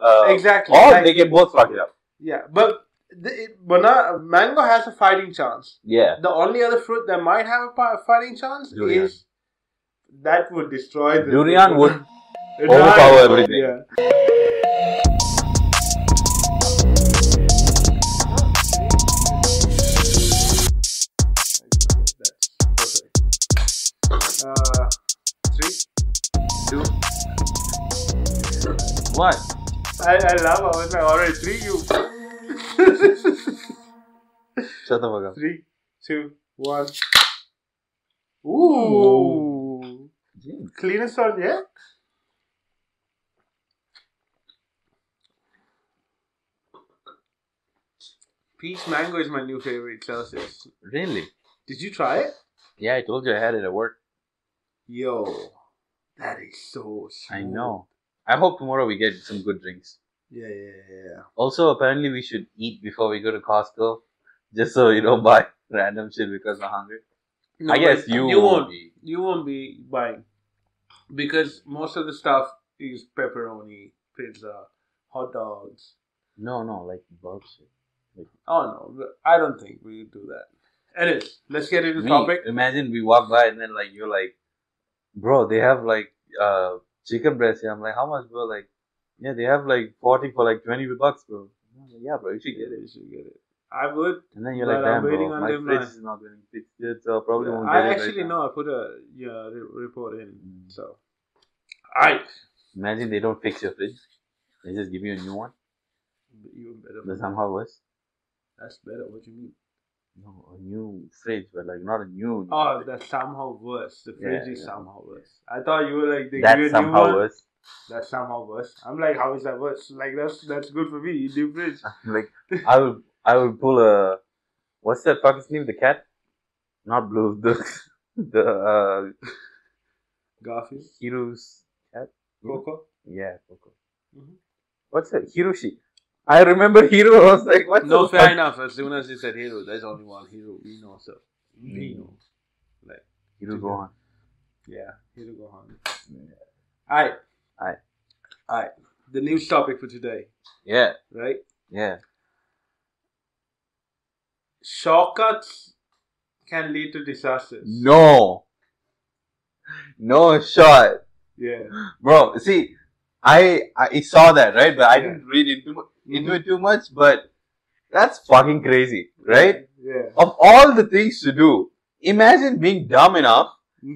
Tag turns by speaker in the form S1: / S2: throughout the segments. S1: uh,
S2: Exactly,
S1: or
S2: like-
S1: they can both fuck it up.
S2: Yeah, but the, it, banana, mango has a fighting chance.
S1: Yeah,
S2: The only other fruit that might have a fi- fighting chance
S1: Durian.
S2: is that would destroy the
S1: durian would
S2: Right.
S1: overpower everything.
S2: Yeah. That's perfect. Uh, three, two.
S1: What?
S2: I, I love how it's like already three you.
S1: Shut the fuck up.
S2: three, two, one. Ooh, cleanest one yet. Peach mango is my new favorite Celsius.
S1: Really?
S2: Did you try it?
S1: Yeah, I told you I had it at work.
S2: Yo, that is so. Smooth.
S1: I know. Mm. I hope tomorrow we get some good drinks.
S2: Yeah, yeah, yeah, yeah.
S1: Also, apparently we should eat before we go to Costco, just so you don't buy random shit because we're hungry.
S2: No,
S1: I guess
S2: but
S1: you,
S2: you won't.
S1: be.
S2: You won't be buying because most of the stuff is pepperoni, pizza, hot dogs.
S1: No, no, like bulk shit.
S2: Oh no, I don't think we would do that. Anyways, let's get into
S1: We,
S2: topic.
S1: imagine we walk by and then like you're like, bro, they have like uh chicken breast here. I'm like, how much, bro? Like, yeah, they have like forty for like twenty bucks, bro. I'm like, yeah, bro, you should
S2: Get
S1: get it.
S2: it, should get it. I would.
S1: And then you're
S2: But
S1: like,
S2: I'm
S1: damn,
S2: waiting
S1: bro,
S2: on
S1: my
S2: them,
S1: fridge
S2: uh,
S1: is not getting fixed yet, so I probably won't get
S2: I
S1: it. right
S2: actually
S1: now."
S2: know. I put a yeah re- report in.
S1: Mm.
S2: So, I
S1: Imagine they don't fix your fridge. They just give you a new one.
S2: even better.
S1: That's somehow worse.
S2: That's better. What you mean?
S1: No, a new fridge, but like not a new.
S2: Oh, that's somehow worse. The fridge
S1: Yeah,
S2: is
S1: yeah.
S2: somehow worse. I thought you were like they give you
S1: that's
S2: a new one.
S1: somehow worse.
S2: That's somehow worse. I'm like, how is that worse? Like that's that's good for me. You do fridge.
S1: like I would, I would pull a what's that fucking name? The cat, not blue. The the uh,
S2: Garfield,
S1: Hiro's cat.
S2: Coco.
S1: Yeah, Coco.
S2: Mhm.
S1: What's that? Hiroshi. I remember Hiro. I was like, what?
S2: No,
S1: the
S2: fair
S1: fuck?
S2: enough. As soon as you said hero, there's only one hero. We know so. We
S1: Mm.
S2: know.
S1: Hiro Gohan.
S2: Yeah, here to go home.
S1: Yeah.
S2: Alright.
S1: Aight.
S2: Alright. The news topic for today,
S1: Yeah,
S2: right?
S1: yeah.
S2: Shortcuts can lead to disasters.
S1: No, no shot.
S2: Yeah.
S1: bro see i i saw that right but i
S2: Yeah. Mm-hmm.
S1: didn't read into, mu- into it too much but that's fucking crazy right
S2: Yeah.
S1: of all the things to do imagine being dumb enough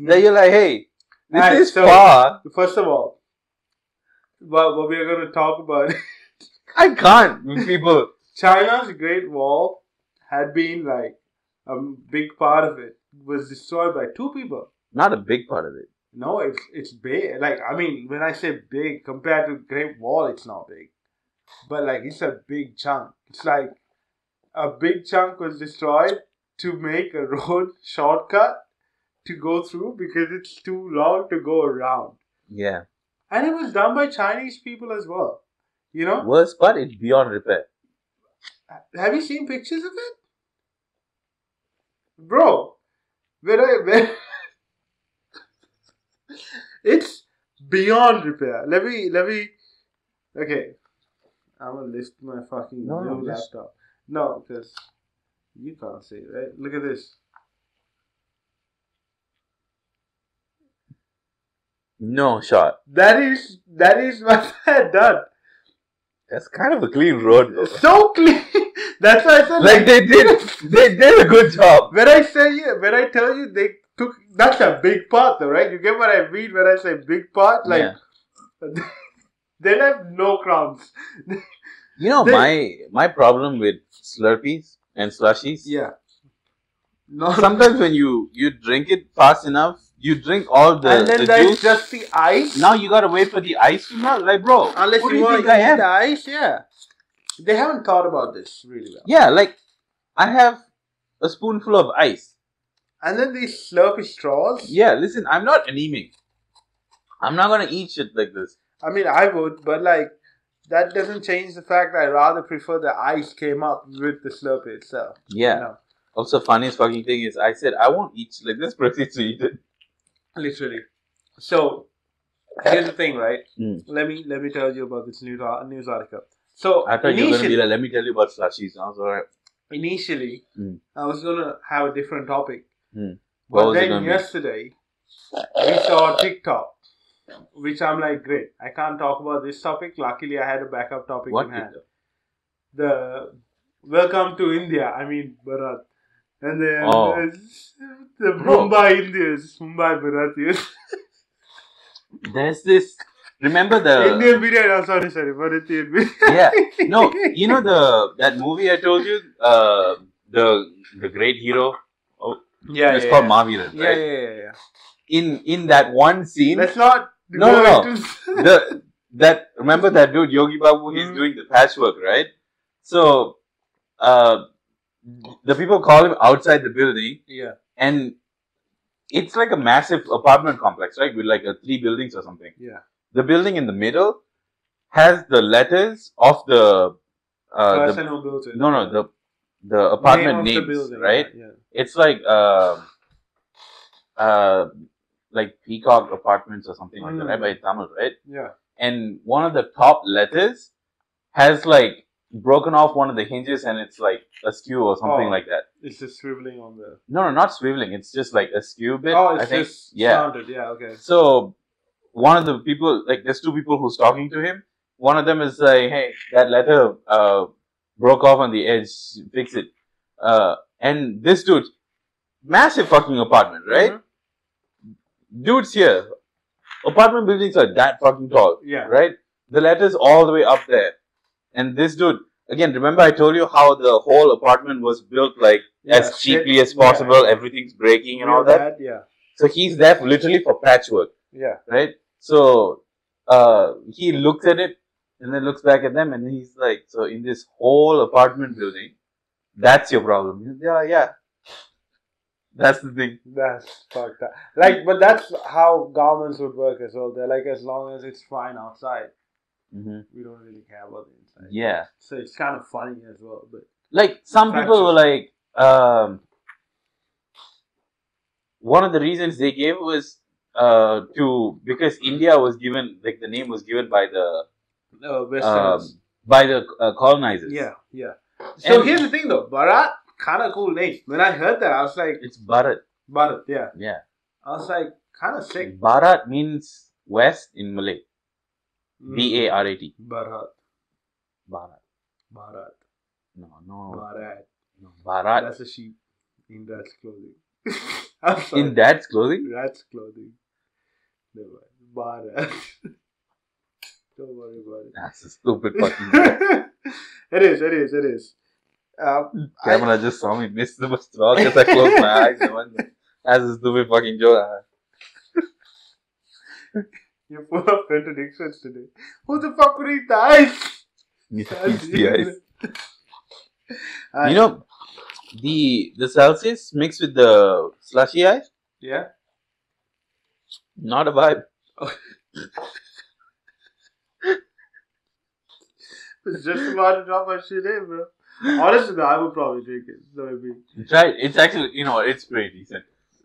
S1: that you're like hey this
S2: Alright,
S1: is
S2: Mm-hmm. so-
S1: far
S2: First of all, what, what we are going to talk about
S1: i can't
S2: Mm-hmm.
S1: with people
S2: China's Great Wall had been like a big part of it was destroyed by two people.
S1: not a big part of it
S2: No, it's it's big. Like I mean, when I say big compared to Great Wall, it's not big, but like it's a big chunk. It's like a big chunk was destroyed to make a road shortcut to go through because it's too long to go around,
S1: yeah
S2: and it was done by Chinese people as well. You know,
S1: worst part is beyond repair
S2: have you seen pictures of it, bro? When I when it's beyond repair. Let me let me. Okay, I'm gonna lift my fucking
S1: No, no,
S2: new
S1: just-
S2: laptop. No, because you can't see, it, right? Look at this.
S1: no shot
S2: That is that is what I had done.
S1: that's kind of a clean road though.
S2: So clean. That's why I said
S1: like they did they did a good job
S2: when I say you, when I tell you they took that's a big part though, right? You get what I mean when I say big part? Like
S1: Yeah.
S2: they have no crowns.
S1: you know
S2: They-
S1: my my problem with slurpees and slushies
S2: Yeah. No.
S1: sometimes when you you drink it fast enough, you drink all the,
S2: and then
S1: the
S2: there's
S1: juice.
S2: just the ice.
S1: now you gotta wait for the ice to melt. Like, bro,
S2: Unless
S1: who do
S2: you want
S1: think
S2: to
S1: I
S2: eat
S1: am?
S2: the ice, yeah. They haven't thought about this really well.
S1: Yeah, like I have a spoonful of ice.
S2: And then these slurpy straws.
S1: Yeah, listen, I'm not anemic. I'm not gonna eat shit like this.
S2: I mean, I would, but like that doesn't change the fact that I rather prefer the ice came up with the slurpy itself.
S1: Yeah.
S2: No,
S1: Also, funniest fucking thing is, I said I won't eat shit like this. Proceeds to eat it.
S2: literally. So here's the thing, right?
S1: Mm.
S2: Let me let me tell you about this news ar- news article. So
S1: I thought you were gonna be
S2: initially,
S1: like, let me tell you about slushies. And I was like,
S2: initially
S1: Mm.
S2: I was gonna have a different topic,
S1: Mm. What
S2: but
S1: was it
S2: then
S1: gonna be?
S2: yesterday we saw TikTok, which I'm like, great, I can't talk about this topic. Luckily, I had a backup topic
S1: what?
S2: in hand. The welcome to India. I mean Bharat, and then
S1: Oh.
S2: uh, the
S1: Bro.
S2: Mumbai Indians, Mumbai Bharatians.
S1: did- There's this. Remember the
S2: Indian period. I'm sorry, sorry, Bharatian period.
S1: yeah. No, you know the that movie I told you, uh, the the great hero.
S2: Yeah,
S1: it's
S2: yeah,
S1: called
S2: yeah.
S1: Mahaviran,
S2: Yeah,
S1: right?
S2: yeah, yeah, yeah.
S1: In in that one scene,
S2: Let's not.
S1: No,
S2: go
S1: no, Uh, no.
S2: into-
S1: the that remember that dude Yogi Babu? He's
S2: Mhm.
S1: doing the patchwork, right? So, uh, the people call him outside the building,
S2: yeah.
S1: and it's like a massive apartment complex, right? With like a three buildings or something.
S2: Yeah.
S1: The building in the middle has the letters of the uh, the
S2: Person who built it.
S1: no no the the apartment
S2: of
S1: names
S2: building,
S1: right
S2: Yeah. yeah.
S1: it's like um uh like peacock apartments or something like that right
S2: Mm.
S1: by tamil right
S2: Yeah.
S1: and one of the top letters has like broken off one of the hinges and it's like askew or something
S2: Oh.
S1: like that
S2: It's just swiveling on the.
S1: no no not swiveling it's just like askew bit
S2: Oh, it's
S1: i think
S2: just
S1: yeah
S2: sounded. Yeah. Okay.
S1: so one of the people, like there's two people who's talking to him. One of them is like, "Hey, that letter uh, broke off on the edge. Fix it." Uh, and this dude, massive fucking apartment, right?
S2: Mhm. Mm-hmm.
S1: Dudes here, apartment buildings are that fucking tall,
S2: Yeah.
S1: right? The letter's all the way up there, and this dude. Again, remember I told you how the whole apartment was built like
S2: yeah.
S1: as cheaply
S2: Shit,
S1: as possible.
S2: Yeah.
S1: Everything's breaking and
S2: Real
S1: all that.
S2: bad, Yeah.
S1: So he's there for- literally for patchwork
S2: Yeah.
S1: right? So uh, he looks at it and then looks back at them and he's like, "So in this whole apartment building, that's your problem." Yeah, yeah. That's the thing.
S2: That's fucked up. Like, but that's how governments would work as well. They're like, as long as it's fine outside, we don't really care about the inside.
S1: Yeah,
S2: So it's kind of funny as well. But
S1: like some people were like, um, one of the reasons they gave was uh, to because India was given like the name was given by the
S2: uh,
S1: um,
S2: Westerners.
S1: by the uh, colonizers.
S2: yeah. Yeah. So
S1: And-
S2: here's the thing though, Bharat, kind of cool name. When I heard that, I was like,
S1: it's Bharat.
S2: Bharat, yeah.
S1: Yeah.
S2: I was like, kind of sick.
S1: Bharat means west in Malay.
S2: Mm.
S1: B A R A T.
S2: Bharat,
S1: Bharat.
S2: Bharat,
S1: No, no,
S2: Bharat.
S1: no. Bharat.
S2: That's a sheep in rat's clothing. I'm sorry.
S1: In that's clothing?
S2: rat's clothing. Never mind. Bharat. Don't worry about it.
S1: That's a stupid fucking.
S2: it is, it is, it is. Um, I-
S1: Camera just saw me miss the bus throw because I closed my eyes. and went, That's a stupid fucking joke.
S2: you're full of contradictions today. Who the fuck would eat the ice?
S1: It's the eyes. You know, the the Celsius mixed with the slushy ice,
S2: yeah.
S1: not a vibe.
S2: It's just about to drop my shit in, bro. Honestly, though, I would probably drink it. So I mean,
S1: Try it. It's actually, you know, it's pretty decent.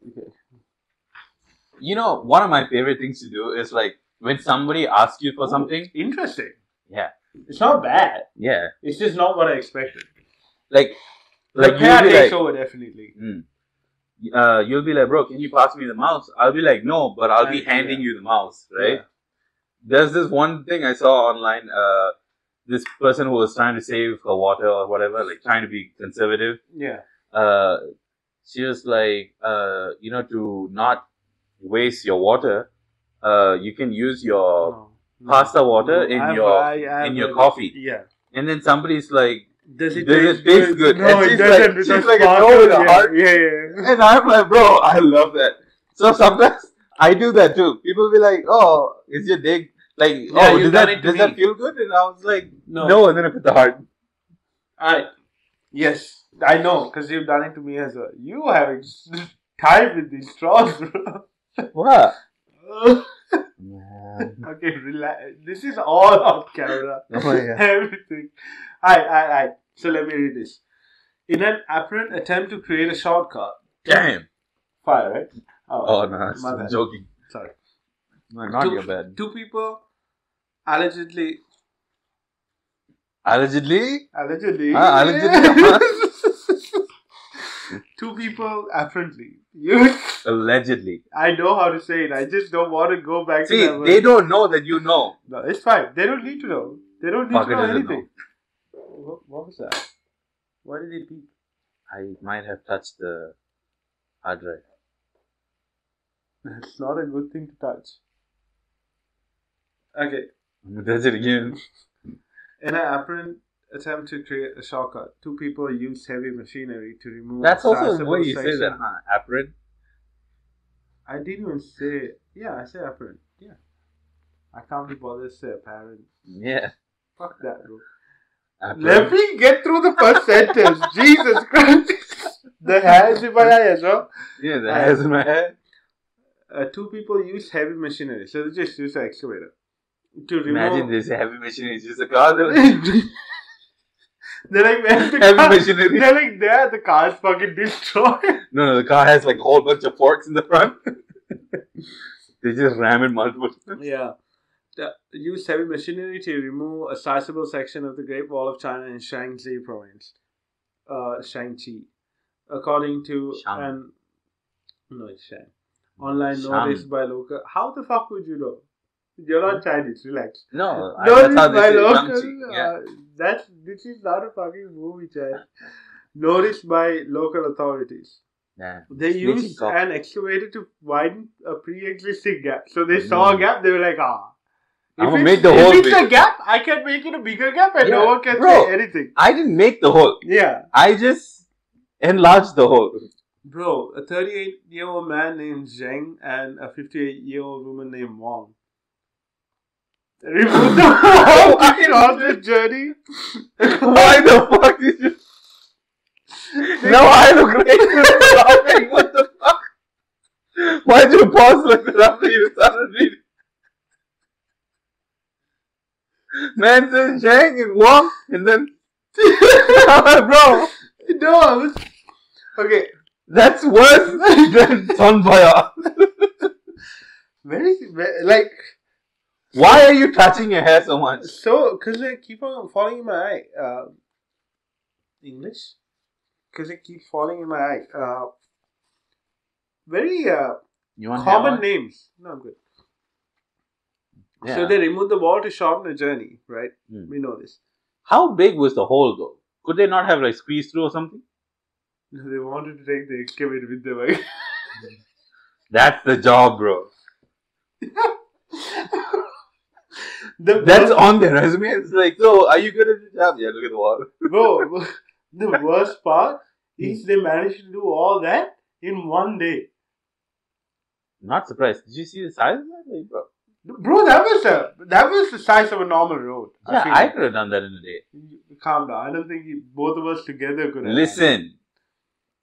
S2: Okay.
S1: You know, one of my favorite things to do is like when somebody asks you for something.
S2: interesting.
S1: Yeah.
S2: It's not bad.
S1: Yeah.
S2: It's just not what I expected.
S1: Like, like you'll
S2: the pair
S1: be
S2: takes
S1: like,
S2: over definitely.
S1: Mm. uh, you'll be like, bro, can you pass me the mouse? I'll be like, no, but I'll be
S2: Yeah.
S1: handing you the mouse, right?
S2: Yeah.
S1: There's this one thing I saw online. Uh, this person who was trying to save her water or whatever, like trying to be conservative.
S2: Yeah.
S1: Uh, she was like, uh, you know, to not waste your water, uh, you can use your
S2: Oh, No.
S1: pasta water
S2: No,
S1: in
S2: I've-
S1: your
S2: I- I
S1: in
S2: have
S1: your
S2: heard-
S1: coffee.
S2: Yeah.
S1: And then somebody's like,
S2: Does it,
S1: Does
S2: taste
S1: it taste good?
S2: No,
S1: And
S2: it
S1: she's
S2: doesn't.
S1: like-
S2: because
S1: she's like a
S2: pasta-
S1: no with a
S2: yeah,
S1: heart.
S2: Yeah, yeah.
S1: And I'm like, bro, I love that. So sometimes I do that too. People be like, oh, is your dick like,
S2: Yeah,
S1: oh,
S2: you've
S1: does
S2: done
S1: that
S2: it to
S1: does
S2: me.
S1: that feel good? And I was like, no,
S2: No.
S1: and then I put the heart.
S2: I. Yes, I know, because you've done it to me as well. You have time with these straws, bro.
S1: What?
S2: Okay, relax. This is all off camera.
S1: Oh,
S2: Everything. Alright, alright, alright. So let me read this. In an apparent attempt to create a shortcut,
S1: Damn.
S2: fire, right?
S1: Oh no,
S2: my
S1: I'm
S2: bad.
S1: joking.
S2: Sorry.
S1: No, not
S2: Two-
S1: your bed.
S2: Two people allegedly
S1: Allegedly,
S2: allegedly
S1: Ah, allegedly.
S2: two people apparently. You,
S1: allegedly.
S2: I know how to say it. I just don't want to go back
S1: See,
S2: to that.
S1: they
S2: word.
S1: don't know that you know.
S2: No, it's fine. They don't need to know. They don't need
S1: Parker
S2: to know
S1: doesn't
S2: anything. What, what was that? Why did it beep?
S1: I might have touched the hard drive.
S2: That's not a good thing to touch. Okay.
S1: I'm gonna touch it again.
S2: In an apparent attempt to create a shortcut, two people used heavy machinery to remove.
S1: That's also the
S2: sizable
S1: way you say that,
S2: section-
S1: huh? Apparent.
S2: I didn't even say. Yeah, I say apparent. Yeah. I can't be bothered to say apparent.
S1: Yeah.
S2: Fuck that, bro. Let
S1: Apparent.
S2: me get through the first sentence. Jesus Christ. The hair is in my eyes, bro.
S1: Yeah, the hairs in my head.
S2: Uh, two people used heavy machinery, so they just used an excavator to remove.
S1: Imagine this heavy machinery is just a car. Heavy
S2: they're like, man, the car,
S1: machinery.
S2: they're like, there, the car's fucking destroyed.
S1: No, no, the car has like a whole bunch of forks in the front. they just ram it multiple times.
S2: yeah. The, used heavy machinery to remove a sizable section of the Great Wall of China in Shaanxi province. Uh, Shang-Chi. According to
S1: Shang. Mm,
S2: an. No, it's Shang. Online
S1: Shang.
S2: notice by local. How the fuck would you know? You're not Chinese, relax.
S1: No, I,
S2: Notice
S1: that's how they
S2: by
S1: say
S2: local.
S1: Shang-Chi. Yeah.
S2: Uh, that's this is not a fucking movie, child. Noticed by local authorities.
S1: yeah.
S2: They
S1: Snitching
S2: used
S1: cop.
S2: an excavator to widen a pre-existing gap. So they saw a
S1: Mm.
S2: gap. They were like, ah.
S1: I'ma
S2: it's-
S1: make the hole
S2: If it's a
S1: bigger.
S2: gap, I can make it a bigger gap, and no
S1: Yeah,
S2: one can
S1: bro.
S2: say anything.
S1: I didn't make the hole.
S2: Yeah,
S1: I just enlarged the hole.
S2: bro. A 38-year-old man named Zheng and a 58-year-old woman named Wang. Removed the hole on the journey.
S1: Why the fuck did you? Now I look like laughing. What the fuck? Why did you pause like that after you started reading? Man says Zhang and Wong, and then bro,
S2: No, I was okay.
S1: that's worse than Sonbaya.
S2: Very very- like
S1: Why are you touching your hair so much?
S2: so because they keep on falling in my eye. Uh, English, because they keep falling in my eye. Uh, very uh,
S1: You want
S2: common names. No, I'm good. So they removed the wall to shorten the journey, right?
S1: Hmm.
S2: We know this.
S1: How big was the hole though? Could they not have like squeezed through or something?
S2: They wanted to take the excavator with them. I
S1: That's the job, bro.
S2: the
S1: That's
S2: worst-
S1: on their resume. It's like, so are you good at the job? Yeah, look at the wall.
S2: bro. The worst part
S1: Hmm.
S2: is they managed to do all that in one day.
S1: Not surprised. Did you see the size of that, like, bro?
S2: Bro, that was a that was the size of a normal road.
S1: Yeah,
S2: feel
S1: I,
S2: like.
S1: could have done that in a day.
S2: calm down. I don't think you, both of us together could have.
S1: Listen,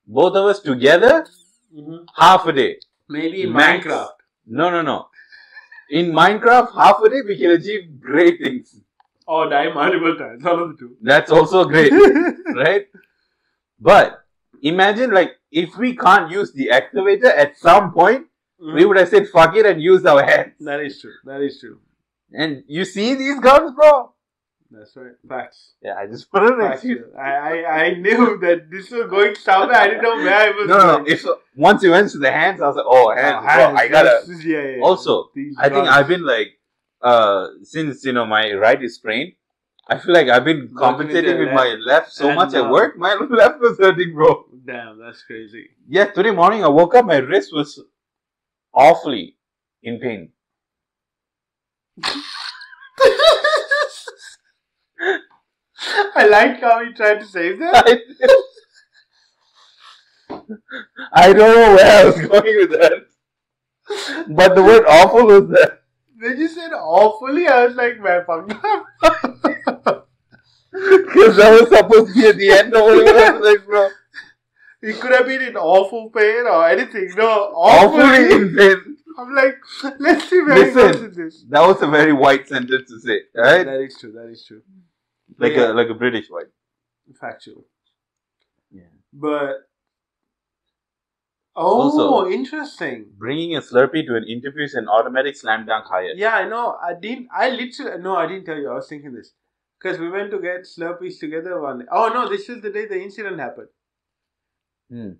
S1: both of us together,
S2: Mhm.
S1: half a day.
S2: maybe in
S1: Max.
S2: Minecraft.
S1: No, no, no. In Minecraft, half a day we can achieve great things.
S2: or Oh, die multiple times. One of the two.
S1: That's also great, right? But imagine like if we can't use the excavator at some point, we would have said fuck it and used our hands.
S2: That is true. That is true.
S1: And you see these guns, bro?
S2: That's right. Facts.
S1: Yeah, I just put it
S2: Facts.
S1: next
S2: yeah. I, I I knew that this was going somewhere. I didn't know where it was.
S1: No, no, no.
S2: going.
S1: If once you went to the hands, I was like, oh, hands,
S2: Oh,
S1: bro, I gotta.
S2: This is- Yeah, yeah.
S1: Also,
S2: These
S1: I think
S2: drugs.
S1: I've been like, uh, since you know my right is sprained, I feel like I've been
S2: with
S1: compensating
S2: your
S1: with my left so
S2: And,
S1: much
S2: uh,
S1: at work. My left was hurting, bro.
S2: Damn, that's crazy.
S1: Yeah, today morning I woke up, my wrist was awfully in pain.
S2: I like how he tried to save that.
S1: I, I don't know where I was going with that, but the word awful was there.
S2: When you said awfully, I was like, man, fuck up.
S1: Because that was supposed to be at the end of it. I was like, bro,
S2: It could have been in awful pain or anything. No,
S1: awfully
S2: awfully.
S1: in pain.
S2: I'm like, let's see where he
S1: Listen.
S2: goes with this.
S1: That was a very white sentence to say, right?
S2: That is true. That is true.
S1: Like
S2: Yeah.
S1: a like a British white.
S2: Factual.
S1: Yeah.
S2: But Oh,
S1: Also-
S2: interesting.
S1: Bringing a Slurpee to an interview is an automatic slam dunk hire.
S2: Yeah, I know. I didn't. I literally no. I didn't tell you. I was thinking this because we went to get Slurpees together one. Day. Oh no! This is the day the incident happened.
S1: Hmm.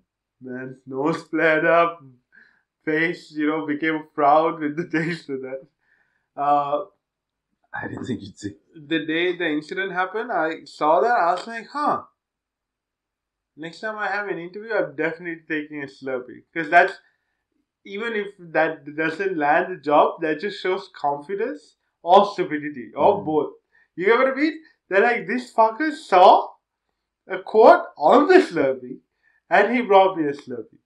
S2: Man's nose flared up, face you know became proud with the taste of that. Uh,
S1: I didn't think you'd see.
S2: the day the incident happened, I saw that. I was like, huh. Next time I have an interview, I'm definitely taking a Slurpee because that's even if that doesn't land the job, that just shows confidence or stupidity or
S1: Mhm.
S2: both. You get what I mean? They're like, this fucker saw a quote on the Slurpee, and he brought me a Slurpee.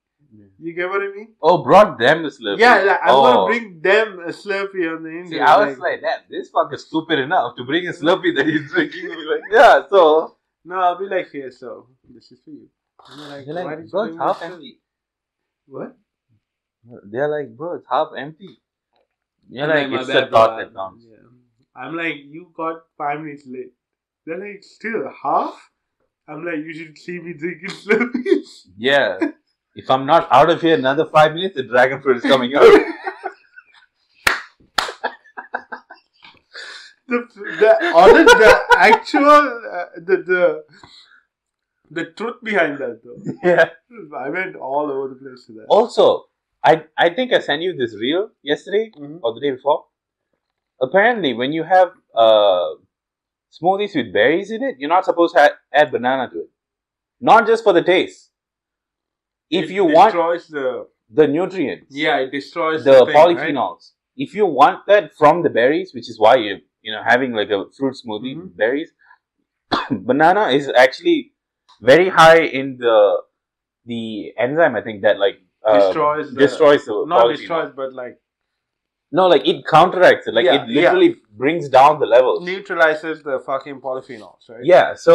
S2: You get what I mean?
S1: Oh, brought them a Slurpee.
S2: Yeah, like, I'm
S1: Oh.
S2: gonna bring them a Slurpee on the interview.
S1: See, I was like, damn, this fucker's stupid enough to bring a Slurpee that he's drinking. We're like, yeah, so.
S2: No, I'll be like, here, so this is for you. And they're
S1: They're
S2: "Why
S1: like,
S2: did you
S1: bro,
S2: bring
S1: it's
S2: me
S1: half
S2: this?"
S1: empty.
S2: What?
S1: They're like, bro, it's half empty. You're
S2: I'm
S1: like,
S2: "My
S1: it's
S2: bad,
S1: a
S2: bro."
S1: thought that counts.
S2: Yeah. I'm like, you got five minutes late. They're like, still half? I'm like, you should see me drinking Slurpees.
S1: Yeah. If I'm not out of here in another five minutes, the dragon fruit is coming out.
S2: the the honest, the actual uh, the the the truth behind that though.
S1: yeah.
S2: I went all over the place with that.
S1: Also, I I think I sent you this reel yesterday
S2: Mhm.
S1: or the day before. Apparently, when you have uh, smoothies with berries in it, you're not supposed to ha- add banana to it. Not just for the taste. If
S2: It
S1: you want
S2: destroys the
S1: the nutrients,
S2: yeah, it destroys
S1: the
S2: thing, right?
S1: polyphenols. If you want that from the berries, which is why you you know having like a fruit smoothie
S2: Mhm.
S1: with berries, banana is actually very high in the the enzyme. I think that like uh,
S2: Destroys the-
S1: destroys the
S2: not
S1: polyphenol.
S2: destroys, but like
S1: No, like it counteracts it. Like
S2: Yeah,
S1: it literally brings down the levels.
S2: neutralizes the fucking polyphenols, right?
S1: Yeah. So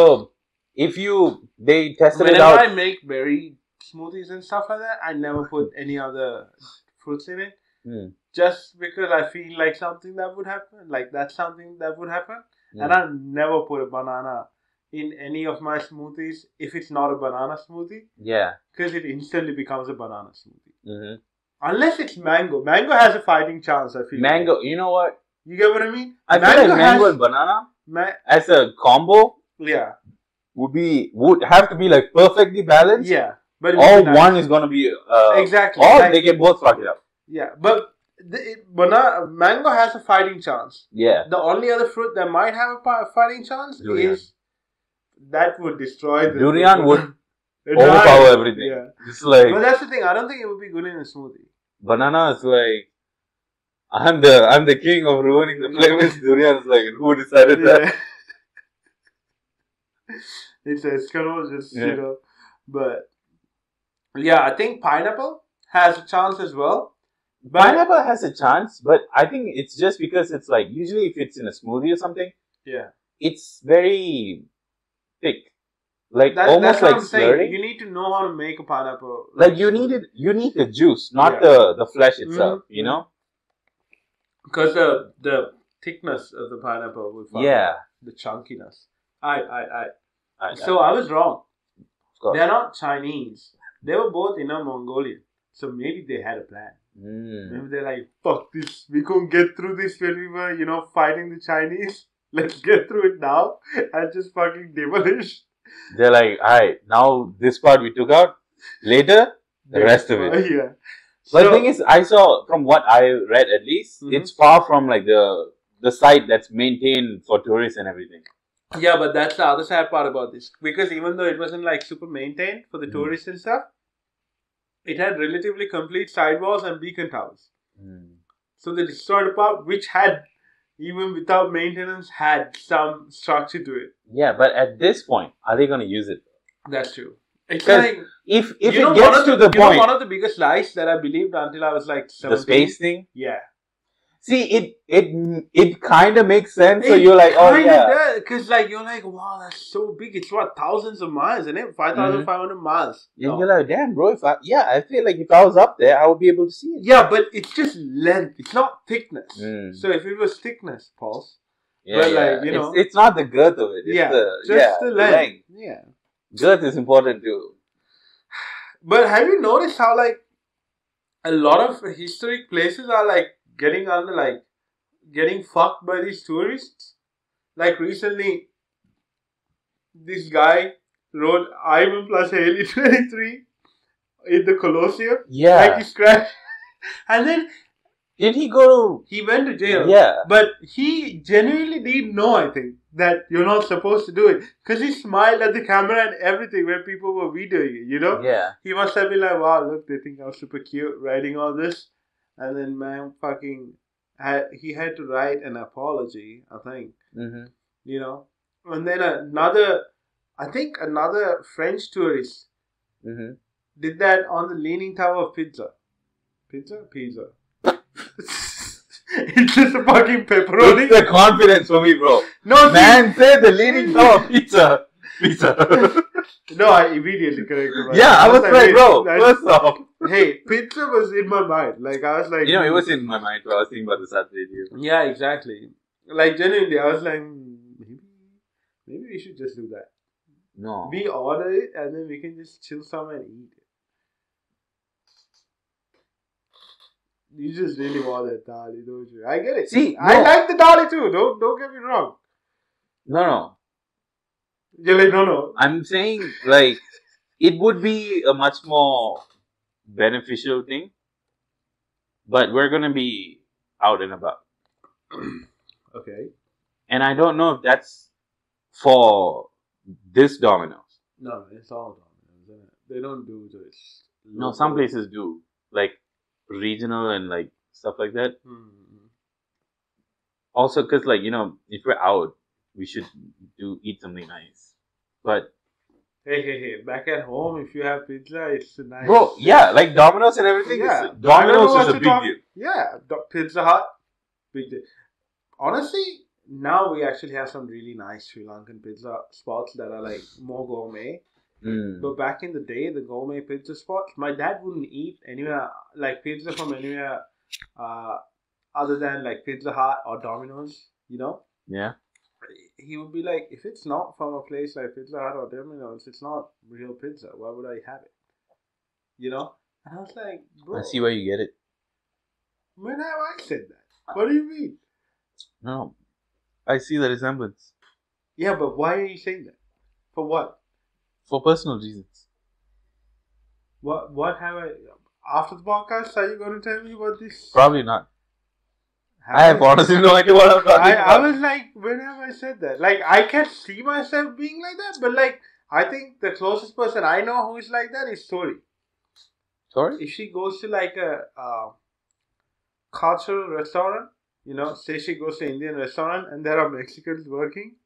S1: if you they tested it
S2: Whenever
S1: out,
S2: I make berry smoothies and stuff like that, I never put any other fruits in it.
S1: Hmm.
S2: Just because I feel like something that would happen, like that's something that would happen, and
S1: Mm.
S2: I never put a banana in any of my smoothies if it's not a banana smoothie,
S1: yeah.
S2: because it instantly becomes a banana smoothie.
S1: hmm
S2: Unless it's mango, mango has a fighting chance. I feel
S1: Mango. You know what?
S2: You get what I mean?
S1: I feel like mango
S2: has-
S1: and banana
S2: ma-
S1: as a combo
S2: yeah,
S1: would be would have to be like perfectly balanced.
S2: yeah. But it would
S1: Or
S2: be nice.
S1: one is gonna be uh,
S2: exactly.
S1: or
S2: like-
S1: they can both fuck it up.
S2: Yeah, but the, it- banana mango has a fighting chance.
S1: Yeah.
S2: The only other fruit that might have a fi- fighting chance
S1: Durian.
S2: is that would destroy the
S1: Durian would
S2: Right.
S1: overpower everything.
S2: Yeah,
S1: It's like
S2: but that's the thing. I don't think it would be good in a smoothie.
S1: banana is like I'm the I'm the king of ruining the flavors. Durian is like who decided that?
S2: Yeah. it's Eskimo, just
S1: Yeah.
S2: you know, but yeah, I think pineapple has a chance as well. But
S1: Pineapple has a chance, but I think it's just because it's like usually if it's in a smoothie or something,
S2: yeah,
S1: it's very thick, like
S2: that,
S1: almost
S2: that's what
S1: like
S2: I'm saying.
S1: slurry.
S2: You need to know how to make a pineapple.
S1: Like you need it, you need the juice, not
S2: Yeah.
S1: the the flesh itself.
S2: Mhm.
S1: You know?
S2: because the the thickness of the pineapple would fuck
S1: Yeah.
S2: the chunkiness. I I I.
S1: I-
S2: So I was wrong.
S1: of course.
S2: They're not Chinese. They were both Inner Mongolian. So maybe they had a plan.
S1: Mm.
S2: Maybe they're like, fuck this. We couldn't get through this when we were, you know, fighting the Chinese. Let's get through it now and just fucking demolish.
S1: They're like, alright, now this part we took out. Later, The rest of it.
S2: Oh, Yeah.
S1: but the
S2: So-
S1: thing is, I saw from what I read at least,
S2: Mhm.
S1: it's far from like the the site that's maintained for tourists and everything.
S2: Yeah, but that's the other sad part about this. Because even though it wasn't like super maintained for the
S1: Mm.
S2: tourists and stuff, it had relatively complete sidewalls and beacon towers.
S1: Mm.
S2: So they destroyed a part which had, even without maintenance, had some structure to it.
S1: Yeah, but at this point, are they gonna use it?
S2: That's true. It's
S1: Because
S2: like
S1: If if
S2: you know
S1: it
S2: one
S1: gets
S2: of
S1: to the
S2: you know
S1: point,
S2: one of the biggest lies that I believed until I was like
S1: the
S2: 17?
S1: space thing.
S2: Yeah.
S1: See, it it it kind of makes sense. so you're like, oh yeah,
S2: Because like you're like, wow, that's so big. It's what thousands of miles, isn't it? Five
S1: Mm-hmm.
S2: miles.
S1: and
S2: No.
S1: you're like, damn, bro. If I yeah, I feel like if I was up there, I would be able to see it.
S2: Yeah, but it's just length. It's not thickness.
S1: Mm.
S2: So if it was thickness, pulse.
S1: Yeah,
S2: But,
S1: yeah.
S2: like, you
S1: it's,
S2: know-
S1: it's not the girth of it. It's
S2: Yeah,
S1: the,
S2: just
S1: yeah,
S2: the
S1: the
S2: length.
S1: length.
S2: Yeah.
S1: Girth is important too.
S2: But have you noticed how like a lot of historic places are like getting under like getting fucked by these tourists. Like recently, this guy rode Ivan plus Haley 23 in the Colosseum. Like
S1: Yeah.
S2: he crashed, and then
S1: Did he go
S2: he went to jail.
S1: to? Yeah.
S2: But he genuinely didn't know, I think, that you're not supposed to do it. Because he smiled at the camera and everything when people were videoing it, you know?
S1: Yeah.
S2: He must have been like, wow, look, they think I'm super cute writing all this. And then, man, fucking, had, he had to write an apology, I think,
S1: hmm
S2: you know? And then another, I think another French tourist
S1: hmm
S2: did that on the Leaning Tower of Pizza. Pizza? Pizza. it's just a fucking pepperoni.
S1: It's the confidence for me, bro.
S2: No, see-
S1: Man said the leading tower pizza. Pizza.
S2: No, I immediately corrected myself.
S1: yeah, I was like,
S2: wait,
S1: bro,
S2: I-
S1: first off.
S2: hey, pizza was in my mind. Like, I was like,
S1: You know, it was in my mind when I was thinking about the Saturday deal.
S2: Yeah, exactly. Like, genuinely, I was like, "Hmm, maybe, maybe we should just do that.
S1: No.
S2: We order it and then we can just chill somewhere and eat it. You just really want that dali, don't you? I get it.
S1: See,
S2: I
S1: no.
S2: like the dali too. Don't don't get me wrong.
S1: No, no.
S2: You're like, no, no.
S1: I'm saying, like, it would be a much more beneficial thing, but we're going to be out and about.
S2: Okay.
S1: And I don't know if that's for this Domino's.
S2: No, it's all Domino's. isn't it? They don't do this.
S1: No, some places do, like regional and like stuff like that.
S2: Hmm.
S1: Also, because like you know, if we're out, we should do eat something nice. But
S2: Hey, hey, hey! Back at home, if you have pizza, it's nice.
S1: bro, yeah, like Domino's and everything.
S2: Yeah.
S1: Yeah.
S2: I don't know
S1: Domino's
S2: what
S1: is a
S2: to
S1: big
S2: talk-
S1: deal.
S2: yeah, the Pizza Hut, big deal. Honestly, now we actually have some really nice Sri Lankan pizza spots that are like more gourmet.
S1: Mm.
S2: But back in the day, the gourmet pizza spots, my dad wouldn't eat anywhere like pizza from anywhere uh, other than like Pizza Hut or Domino's. You know,
S1: Yeah.
S2: he would be like, if it's not from a place like Pizza Hut or Domino's, it's not real pizza. Why would I have it? You know. And I was like, bro.
S1: I see where you get it.
S2: When have I said that? What do you mean?
S1: No, I see the resemblance
S2: Yeah, but why are you saying that? For what?
S1: for personal reasons.
S2: What? What have I? After the podcast, are you going to tell me about this?
S1: Probably not. I have honestly no idea what I'm talking
S2: I,
S1: about.
S2: I was like, when have I said that? Like, I can't see myself being like that, but like, I think the closest person I know who is like that is Tori.
S1: Sorry.
S2: If she goes to like a uh, cultural restaurant, you know, say she goes to Indian restaurant and there are Mexicans working,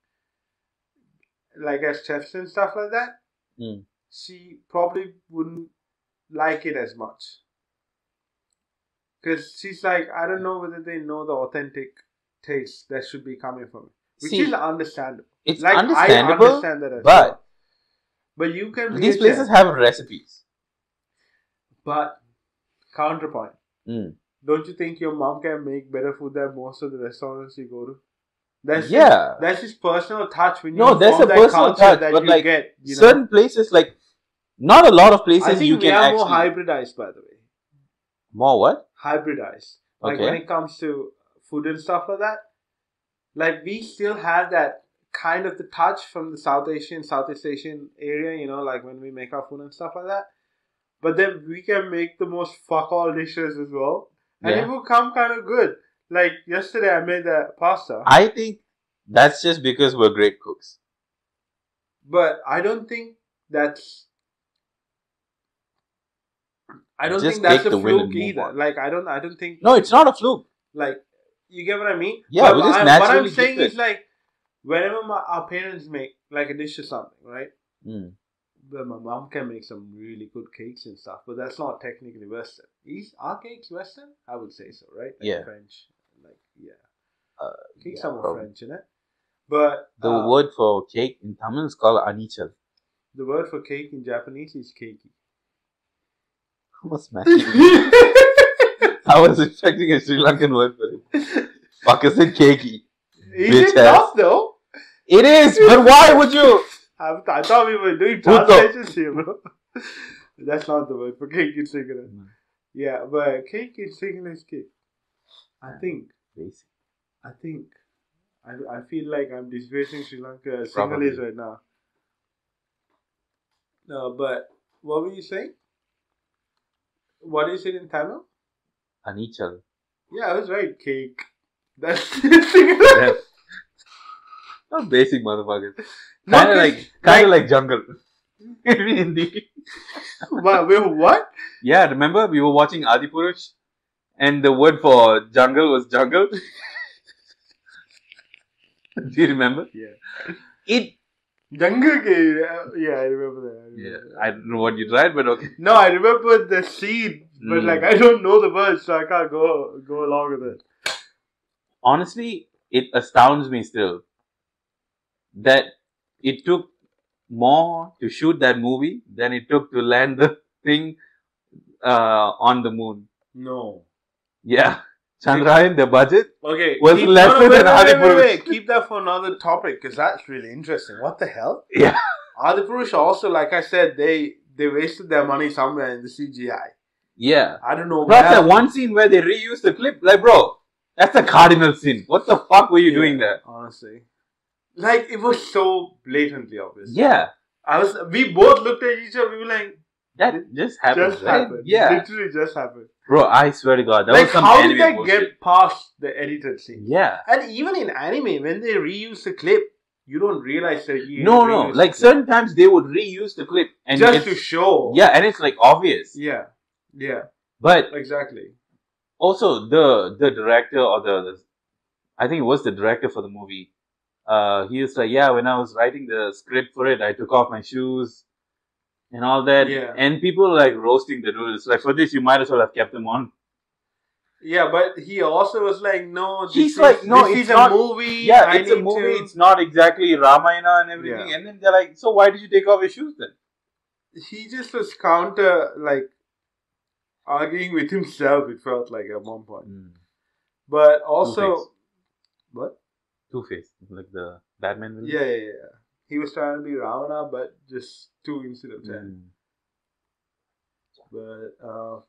S2: like as chefs and stuff like that,
S1: Mm.
S2: she probably wouldn't like it as much. Because she's like, I don't know whether they know the authentic taste that should be coming from it. Which
S1: See,
S2: is understandable.
S1: it's
S2: like, I
S1: understandable,
S2: understand that as
S1: but
S2: well. But you can be
S1: these
S2: a chef.
S1: places have recipes.
S2: But counterpoint.
S1: Mm.
S2: Don't you think your mom can make better food than most of the restaurants you go to? That's
S1: Yeah.
S2: Just, that's just personal touch when you
S1: No, there's
S2: form
S1: a
S2: that
S1: personal
S2: culture
S1: touch,
S2: that
S1: but
S2: you
S1: like,
S2: get. You know?
S1: certain places like not a lot of
S2: I
S1: places
S2: think
S1: you
S2: we
S1: can
S2: are
S1: actually
S2: more hybridized, by the way.
S1: More what
S2: Hybridized. Like
S1: okay
S2: when it comes to food and stuff like that, like we still have that kind of the touch from the South Asian, Southeast Asian area. You know, like when we make our food and stuff like that. But then we can make the most fuck all dishes as well. and
S1: yeah.
S2: it will come kind of good. Like yesterday, I made the pasta,
S1: i think that's just because we're great cooks
S2: but I don't think that's. I don't
S1: Just
S2: think that's
S1: take
S2: a
S1: the win and
S2: fluke
S1: move
S2: either.
S1: on.
S2: Like I don't, I don't think
S1: no it's not a fluke
S2: like you get what I mean.
S1: Yeah,
S2: but
S1: we just
S2: I, what
S1: naturally
S2: I'm
S1: did
S2: saying
S1: that.
S2: is like whenever my, our parents make like a dish or something, right?
S1: mm.
S2: Well, my mom can make some really good cakes and stuff, but that's not technically Western. Is our cakes Western? I would say so, right? Like
S1: Yeah.
S2: French, like yeah.
S1: Uh,
S2: cakes
S1: yeah,
S2: are more
S1: probably.
S2: French, in it. But
S1: the
S2: uh,
S1: word for cake in tamil is called anichal
S2: the word for cake in Japanese is keiki.
S1: What's smacking i was expecting a sri lankan word for it
S2: is
S1: fucker said cakey
S2: it
S1: Bitch
S2: not though?
S1: it is but why would you
S2: I, th- I thought we were doing
S1: Puto.
S2: translations here, bro. That's not the word for cake in Singapore.
S1: No.
S2: Yeah, but cake is singleness cake. I think.
S1: Basic.
S2: I think. I, I feel like I'm disgracing Sri Lanka as
S1: Probably.
S2: Sinhalese right now. No, but what were you saying? What is it in Tamil?
S1: Anichal.
S2: Yeah, I was right. Cake. That's Sinhalese.
S1: Damn. Not basic motherfuckers.
S2: No,
S1: Kind of
S2: 'cause,
S1: like, kind of like, jungle. In Hindi.
S2: Wow, wait, what?
S1: Yeah, remember we were watching Adipurush, and the word for jungle was jungle. Do you remember?
S2: Yeah.
S1: It.
S2: Jungle Cake. uh, Yeah, I remember that. I remember
S1: Yeah,
S2: that.
S1: I don't know what you tried, but okay.
S2: No, I remember the scene, but
S1: Mm.
S2: like I don't know the words, so I can't go go along with it.
S1: Honestly, it astounds me still that it took more to shoot that movie than it took to land the thing uh, on the moon.
S2: No.
S1: Yeah, Chandrayaan, the budget.
S2: Okay.
S1: Was
S2: keep-
S1: lesser
S2: wait,
S1: than
S2: wait, wait,
S1: Adipurush.
S2: wait, wait, Keep that for another topic because that's really interesting. What the hell?
S1: Yeah.
S2: Adipurush also, like I said, they they wasted their money somewhere in the CGI.
S1: Yeah.
S2: I don't know.
S1: Bro,
S2: where-
S1: that one scene where they reuse the clip, like, bro, that's a cardinal sin. What the fuck were you
S2: Yeah,
S1: doing there?
S2: Honestly, like it was so blatantly obvious.
S1: Yeah,
S2: I was. We both looked at each other. We were like,
S1: that just happened.
S2: just
S1: right?
S2: happened.
S1: Yeah,
S2: Literally just happened.
S1: bro, I swear to God, that
S2: like,
S1: was some
S2: how
S1: anime
S2: did I
S1: bullshit.
S2: get past the edited scene?
S1: Yeah,
S2: And even in anime, when they reuse the clip, you don't realize that you
S1: no, no, like
S2: certain
S1: certain times they would reuse the clip and
S2: just to
S1: it's,
S2: show.
S1: yeah, and it's like obvious.
S2: Yeah. Yeah.
S1: But
S2: Exactly.
S1: also the the director or the, the I think it was the director for the movie. Uh, he was like, yeah, when I was writing the script for it, I took off my shoes and all that.
S2: Yeah.
S1: And people like roasting the dude. It's like for this, you might as well have kept them on.
S2: Yeah, but he also was like, no, this
S1: He's
S2: is,
S1: like, no,
S2: this
S1: it's
S2: is a
S1: not-
S2: movie.
S1: Yeah,
S2: I
S1: it's a
S2: need
S1: movie.
S2: to-
S1: It's not exactly Ramayana and everything. And then they're like, so why did you take off your shoes then?
S2: He just was counter, like, arguing with himself, it felt like at one point. But also,
S1: Two-Face.
S2: what?
S1: Two Face, like the Batman. villain.
S2: Yeah, yeah, yeah. He was trying to be Ravana, but just two incidents. happened.
S1: Mm.
S2: but uh,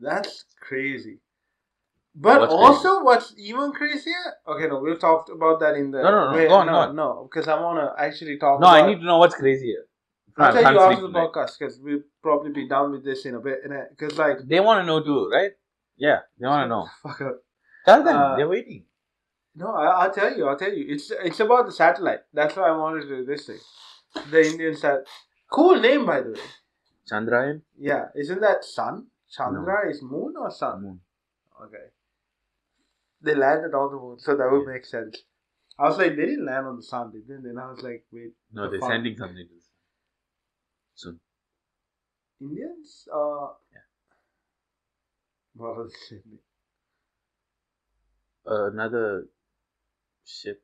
S2: that's crazy. But
S1: What's
S2: also, what's even crazier? Okay, no, we'll talk about that in the
S1: No, no, no, go on, go
S2: no,
S1: on.
S2: no, because I want to actually talk.
S1: No,
S2: about,
S1: I need to know what's crazier.
S2: I'll
S1: I'm
S2: tell you after the
S1: sleeping, like-
S2: podcast because we'll probably be done with this in a bit. Because like,
S1: They want to know too, right? Yeah, they want to know.
S2: fuck up.
S1: Tell them
S2: Uh,
S1: they're waiting.
S2: No, I, I'll tell you. I'll tell you. It's it's about the satellite. That's why I wanted to do this thing. The Indian sat. Cool name, by the way.
S1: Chandrayaan
S2: Yeah, isn't that sun? Chandra is moon or sun?
S1: moon.
S2: Okay. They landed on the moon, so that would
S1: Yeah.
S2: make sense. I was like, they didn't land on the sun, did they? Then I was like, wait,
S1: No,
S2: The
S1: they're
S2: fuck?
S1: sending something to this. soon.
S2: Indians? Uh, what was it?
S1: Uh, another ship.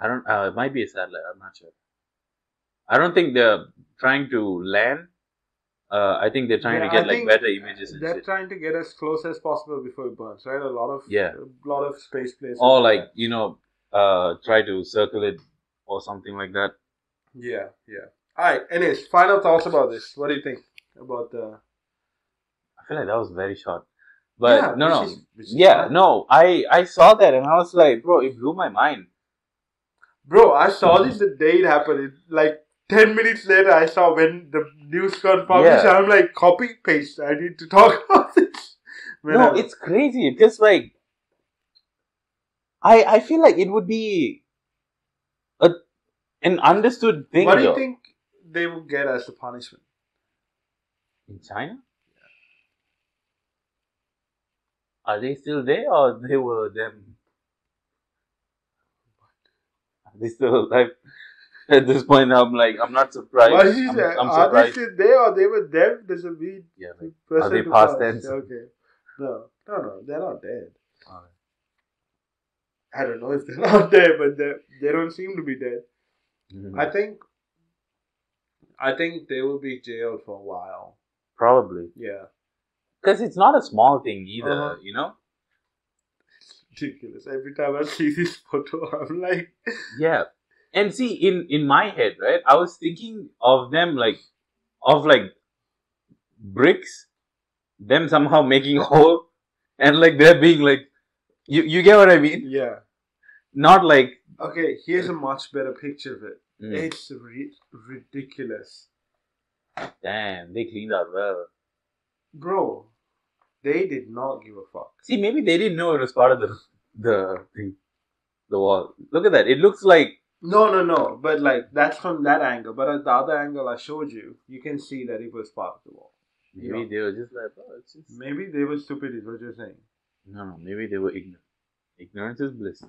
S1: I don't. Uh, it might be a satellite. I'm not sure. I don't think they're trying to land. Uh, I think they're trying
S2: Yeah,
S1: to get
S2: I
S1: like
S2: think
S1: better images and
S2: They're
S1: shit,
S2: trying to get as close as possible before it burns, right? A lot of
S1: Yeah.
S2: a lot of space places.
S1: or like you know, uh, try to circle it or something like that.
S2: yeah, yeah. All right. Anyways, final thoughts about this. What do you think about the?
S1: I feel like that was very short, but
S2: Yeah,
S1: no, no,
S2: which is- which is
S1: yeah,
S2: fine.
S1: no. I I saw that and I was like, bro, it blew my mind.
S2: Bro, I saw this the day it happened. It, like ten minutes later, I saw when the news got published.
S1: Yeah.
S2: I'm like, copy paste. I need to talk about this. When
S1: no,
S2: I-
S1: it's crazy. It's just like I I feel like it would be a an understood thing
S2: What do you
S1: though.
S2: think they will get as the punishment?
S1: in China. Are they still there or they were them? Are they still alive? At this point, I'm like, I'm not surprised.
S2: What did you
S1: I'm,
S2: say?
S1: I'm
S2: Are they
S1: surprised.
S2: still there or they were dead? Doesn't mean
S1: Yeah, like,
S2: the person
S1: Are they
S2: who
S1: past
S2: passed.
S1: tense?
S2: Okay. No, no, no. They're not dead.
S1: Alright.
S2: I don't know if they're not dead, but they they don't seem to be dead.
S1: mhm.
S2: I think. I think they will be jailed for a while.
S1: probably
S2: Yeah,
S1: because it's not a small thing either.
S2: Uh-huh.
S1: You know?
S2: ridiculous. Every time I see this photo, I'm like,
S1: Yeah. And see, in in my head, right, I was thinking of them like of like bricks, them somehow making hole, and like they're being like, you you get what I mean?
S2: Yeah.
S1: Not like
S2: Okay, here's a much better picture of it.
S1: mm,
S2: It's ri- ridiculous.
S1: damn, they cleaned up well.
S2: Bro, they did not give a fuck.
S1: See, maybe they didn't know it was part of the the thing, the wall. Look at that. It looks like
S2: No, no, no. But like that's from that angle. But at the other angle I showed you, you can see that it was part of the wall.
S1: maybe
S2: Yeah.
S1: they were just like, oh, it's just
S2: Maybe they were stupid. Is what you're saying?
S1: no, no. Maybe they were ignorant. Ignorance is bliss.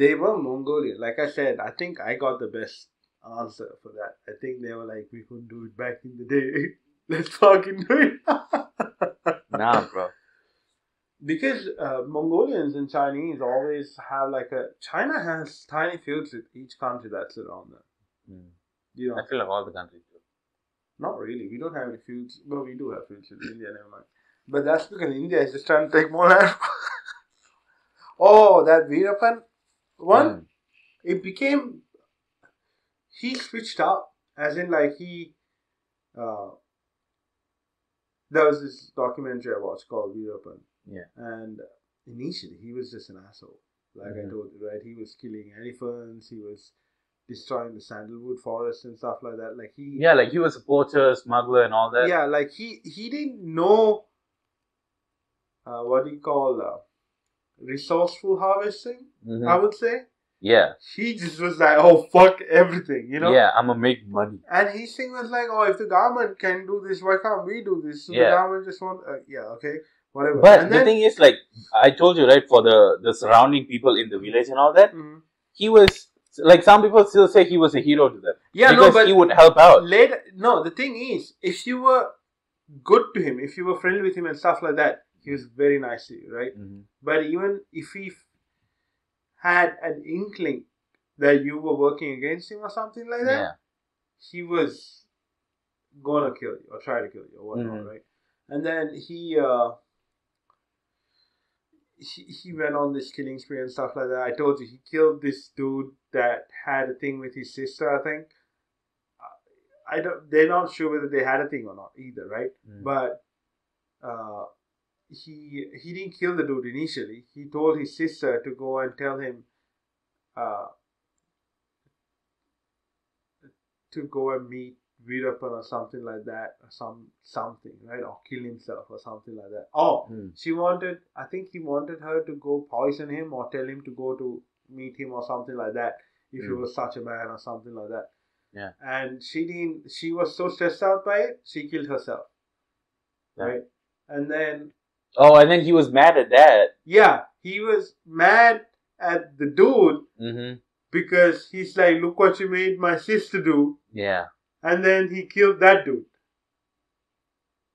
S2: They were Mongolian. Like I said, I think I got the best answer for that. I think they were like, we couldn't do it back in the day. Let's fucking do it.
S1: Nah, bro.
S2: because uh, Mongolians and Chinese always have like a China has tiny fields with each country that's around them.
S1: Mm.
S2: You know,
S1: I feel like all the countries. do.
S2: Not really. We don't have any fields. Well, we do have fields in India, never mind. But that's because India is just trying to take more land. oh, that Veerappan one,
S1: Mm.
S2: it became. He switched up, as in, like, he. Uh, there was this documentary I watched called Veerappan.
S1: Yeah.
S2: And initially, he was just an asshole. Like I
S1: Mhm.
S2: told you, right? He was killing elephants, he was destroying the sandalwood forest and stuff like that. Like, he.
S1: Yeah, like he was a poacher, smuggler, and all that.
S2: yeah like he he didn't know uh, what do you call uh, resourceful harvesting
S1: Mhm.
S2: i would say
S1: Yeah.
S2: he just was like oh fuck everything you know
S1: yeah, I'm gonna make money.
S2: and his thing was like oh if the government can do this why can't we do this so
S1: Yeah.
S2: the government just want uh, yeah okay whatever
S1: But
S2: and
S1: the
S2: then
S1: thing is, like I told you, right, for the the surrounding people in the village and all that,
S2: Mhm.
S1: he was like some people still say he was a hero to them
S2: yeah
S1: because
S2: no but
S1: he would help out.
S2: later no the thing is if you were good to him if you were friendly with him and stuff like that he was very nice to you right
S1: Mm-hmm.
S2: But even if he f- had an inkling that you were working against him or something like that,
S1: Yeah.
S2: he was gonna kill you or try to kill you or whatnot,
S1: Mhm.
S2: right? And then he uh he, he went on this killing spree and stuff like that. I told you he killed this dude that had a thing with his sister. I think I- I don't. They're not sure whether they had a thing or not either, right?
S1: Mm.
S2: but uh, he he didn't kill the dude initially. He told his sister to go and tell him uh, to go and meet Veerappan or something like that, or some something, right? Or kill himself or something like that. Oh,
S1: Mm.
S2: she wanted. I think he wanted her to go poison him or tell him to go to meet him or something like that. If he
S1: Mm.
S2: was such a man or something like that.
S1: Yeah.
S2: And she didn't. She was so stressed out by it, she killed herself right? And then
S1: Oh, and then he was mad at that.
S2: yeah, he was mad at the dude
S1: Mm-hmm.
S2: because he's like, look what you made my sister do,
S1: Yeah,
S2: and then he killed that dude.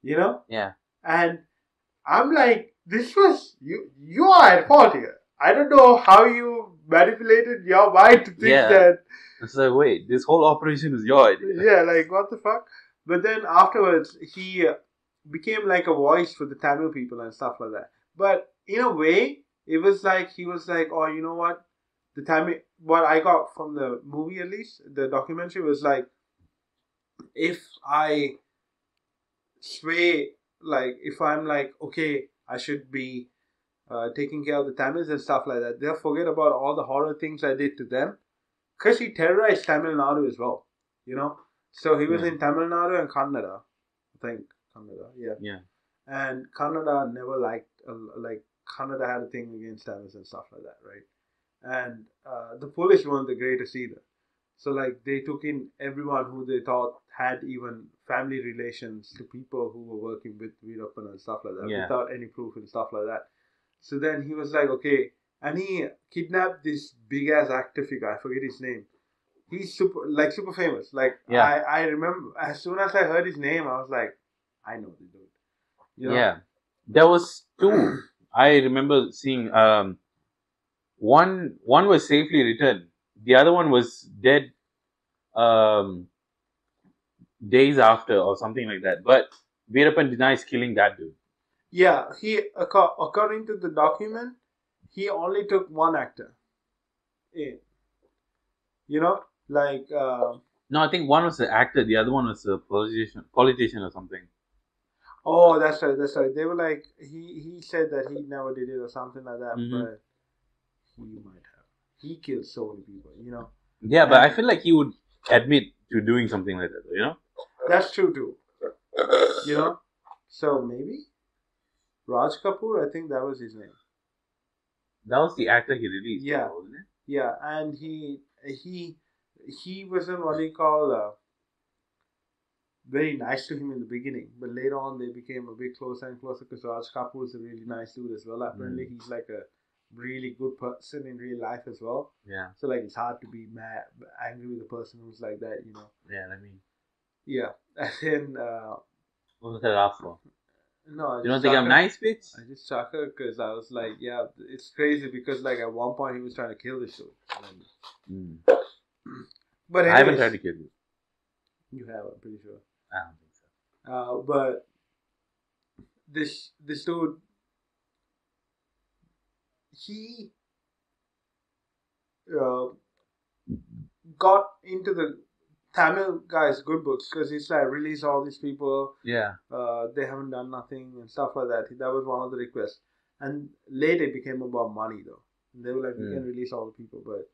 S2: You know,
S1: yeah.
S2: and I'm like, this was you. You are at fault here. I don't know how you manipulated your mind to think
S1: Yeah.
S2: that
S1: It's like, wait, this whole operation is your idea.
S2: yeah, like what the fuck? But then afterwards, he uh, became like a voice for the Tamil people and stuff like that. But in a way, it was like he was like, oh, you know what? The Tamil, what I got from the movie at least, the documentary was like, if I sway, like if I'm like, okay, I should be uh, taking care of the Tamils and stuff like that, they'll forget about all the horror things I did to them. Because he terrorized Tamil Nadu as well, you know? So he was
S1: Yeah.
S2: in Tamil Nadu and Kannada, I think. Kannada, yeah.
S1: Yeah.
S2: And Kannada never liked, uh, like, Kannada had a thing against Tamils and stuff like that, right? And uh, the Polish weren't the greatest either. So, like, they took in everyone who they thought had even family relations to people who were working with Veerappan and stuff like that
S1: Yeah.
S2: without any proof and stuff like that. So then he was like, okay, and he kidnapped this big ass actor figure. I forget his name. He's super, like super famous. Like
S1: Yeah.
S2: I, I remember as soon as I heard his name, I was like, I know the dude. You know?
S1: Yeah. There was two. I remember seeing um one one was safely returned. The other one was dead um days after or something like that. But Veerappan denies killing that dude.
S2: Yeah. He acco- according to the document, he only took one actor. In. You know, like uh,
S1: No, I think one was the actor, the other one was a politician, politician or something.
S2: Oh, that's right. That's right. They were like he he said that he never did it or something like that,
S1: Mhm.
S2: but he might have. He killed so many people. You know,
S1: Yeah, but I feel like he would admit to doing something like that. You know?
S2: that's true too. You know, so maybe Raj Kapoor. I think that was his name.
S1: That was the actor he released.
S2: Yeah.
S1: Wasn't it?
S2: Yeah, and he he he wasn't what do you call uh, very nice to him in the beginning, but later on they became a bit closer and closer because Raj Kapoor is a really nice dude as well. Apparently,
S1: Mm.
S2: he's like a really good person in real life as well.
S1: Yeah.
S2: So like it's hard to be mad angry with a person who's like that, you know.
S1: Yeah. I mean,
S2: Yeah, and then uh,
S1: what was that after?
S2: no, I
S1: You don't
S2: just
S1: think
S2: shocked
S1: I'm
S2: her-
S1: nice, bitch?
S2: I just shocked her because I was like, yeah, it's crazy because like at one point he was trying to kill this dude.
S1: Mm.
S2: But
S1: I haven't
S2: anyways-
S1: tried to kill you.
S2: You have, I'm pretty sure.
S1: I don't think so.
S2: Uh, but this this dude, he uh, got into the Tamil guys' good books because he's like release all these people.
S1: Yeah.
S2: Uh, they haven't done nothing and stuff like that. That was one of the requests. And later it became about money though. They were like, we
S1: Hmm.
S2: can release all the people, but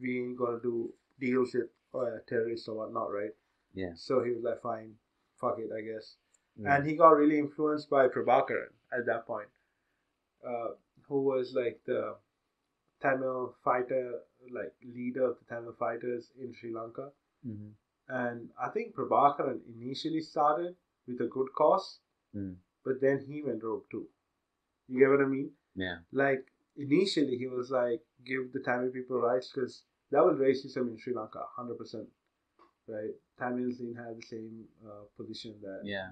S2: we ain't gonna do deals with uh, terrorists or whatnot, right?
S1: Yeah.
S2: So he was like, fine, fuck it, I guess.
S1: Mm.
S2: And he got really influenced by Prabhakaran at that point, uh, who was like the Tamil fighter, like leader of the Tamil fighters in Sri Lanka.
S1: Mhm.
S2: And I think Prabhakaran initially started with a good cause,
S1: Mm.
S2: but then he went rogue too. You get what I mean?
S1: Yeah.
S2: Like, initially he was like, give the Tamil people rights because that was racism in Sri Lanka, 100%. Right? Tamils didn't have the same uh, position that
S1: Yeah.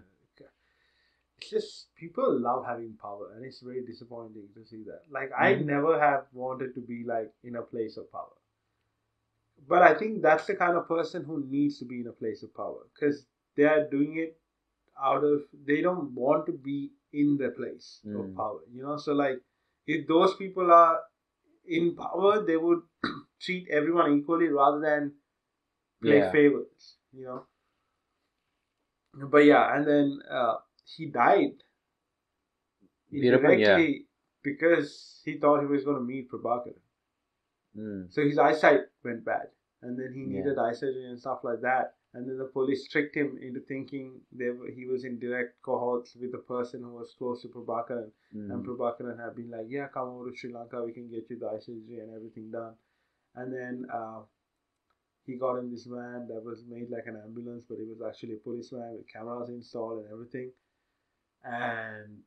S2: it's just people love having power and it's very disappointing to see that like i
S1: Mhm.
S2: never have wanted to be like in a place of power but i think that's the kind of person who needs to be in a place of power because they are doing it out of they don't want to be in the place
S1: Mm.
S2: of power you know so like if those people are in power they would treat everyone equally rather than play
S1: Yeah.
S2: favorites you know but yeah, and then uh, he died
S1: Beautiful,
S2: indirectly
S1: yeah.
S2: because he thought he was going to meet Prabhakar.
S1: Mm.
S2: So his eyesight went bad, and then he
S1: Yeah.
S2: needed eye surgery and stuff like that. And then the police tricked him into thinking they were, he was in direct cohorts with a person who was close to Prabhakaran.
S1: Mm.
S2: And Prabhakaran had been like, "Yeah, come over to Sri Lanka. We can get you the eye surgery and everything done." And then uh, he got in this van that was made like an ambulance, but it was actually a police van with cameras installed and everything. And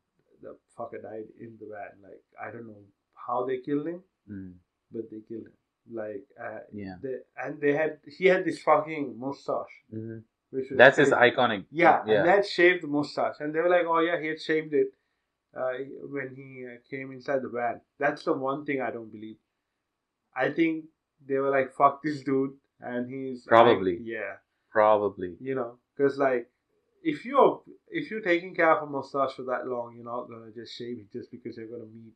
S2: the fucker died in the van. Like I don't know how they killed him,
S1: Mm.
S2: but they killed him. Like uh,
S1: Yeah.
S2: they, and they had he had this fucking mustache,
S1: Mhm.
S2: which was
S1: That's his
S2: crazy.
S1: iconic.
S2: Yeah,
S1: Yeah.
S2: and they had shaved the mustache, and they were like, "Oh yeah, he had shaved it uh, when he uh, came inside the van." That's the one thing I don't believe. I think they were like, "Fuck this dude," and he's
S1: Probably.
S2: yeah,
S1: Probably.
S2: you know, because like, if you're if you're taking care of a mustache for that long, you're not gonna just shave it just because you're gonna meet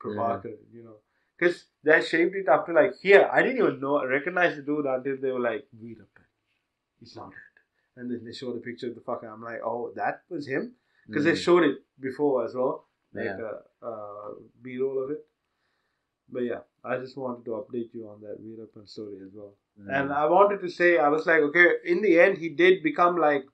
S2: Prabhakar, you know. Because they shaved it after like here. I didn't even know recognize the dude until they were like, "Wait a minute, it's not it." And then they showed a picture of the fucker. I'm like, "Oh, that was him." because they
S1: Mm.
S2: showed it before as well, like
S1: Mm-hmm. Yeah.
S2: a, a B-roll of it. But yeah, I just wanted to update you on that Veerappan story as well.
S1: Mm.
S2: And I wanted to say, I was like, okay, in the end, he did become like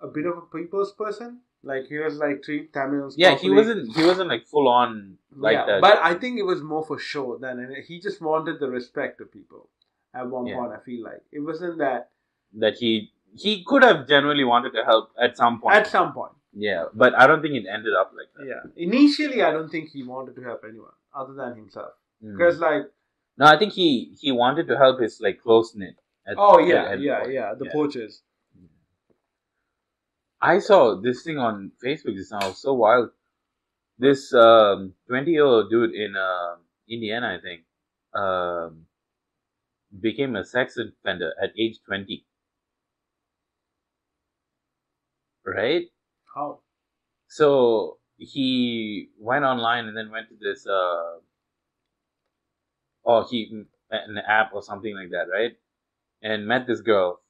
S2: a bit of a people's person. Like he was like treat Tamils.
S1: yeah, he
S2: properly.
S1: wasn't. He wasn't like full on like
S2: yeah,
S1: that.
S2: but I think it was more for show than any- he just wanted the respect of people. At one
S1: Yeah.
S2: point, I feel like it wasn't that.
S1: that he he could have genuinely wanted to help at some point.
S2: At some point,
S1: yeah, but I don't think it ended up like that.
S2: yeah. Initially, I don't think he wanted to help anyone other than himself.
S1: Mm.
S2: Because like
S1: No, I think he he wanted to help his like close knit.
S2: Oh yeah, yeah, yeah. The poachers.
S1: I saw this thing on Facebook just now. It was so wild. This um, 20 year old dude in uh, Indiana, I think, um, became a sex offender at age 20. Right?
S2: How?
S1: So he went online and then went to this, oh, uh, or he, an app or something like that, right? and met this girl,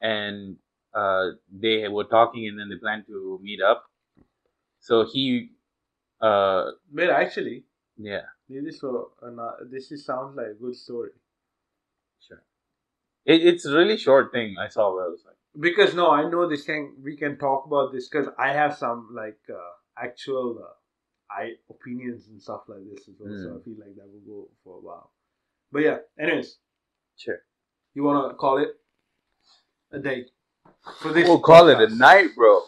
S1: and uh, they were talking, and then they planned to meet up. So he, uh,
S2: But actually,
S1: yeah,
S2: this for ano- this is sounds like a good story.
S1: sure. It, it's a really short thing. I saw where I was like,
S2: Because no, I know this thing. We can talk about this because I have some like uh, actual uh, I opinions and stuff like this as well. So
S1: Hmm.
S2: I feel like that will go for a while. But yeah, anyways,
S1: sure.
S2: you wanna call it a day for this?
S1: We'll call it a
S2: podcast?
S1: night, bro.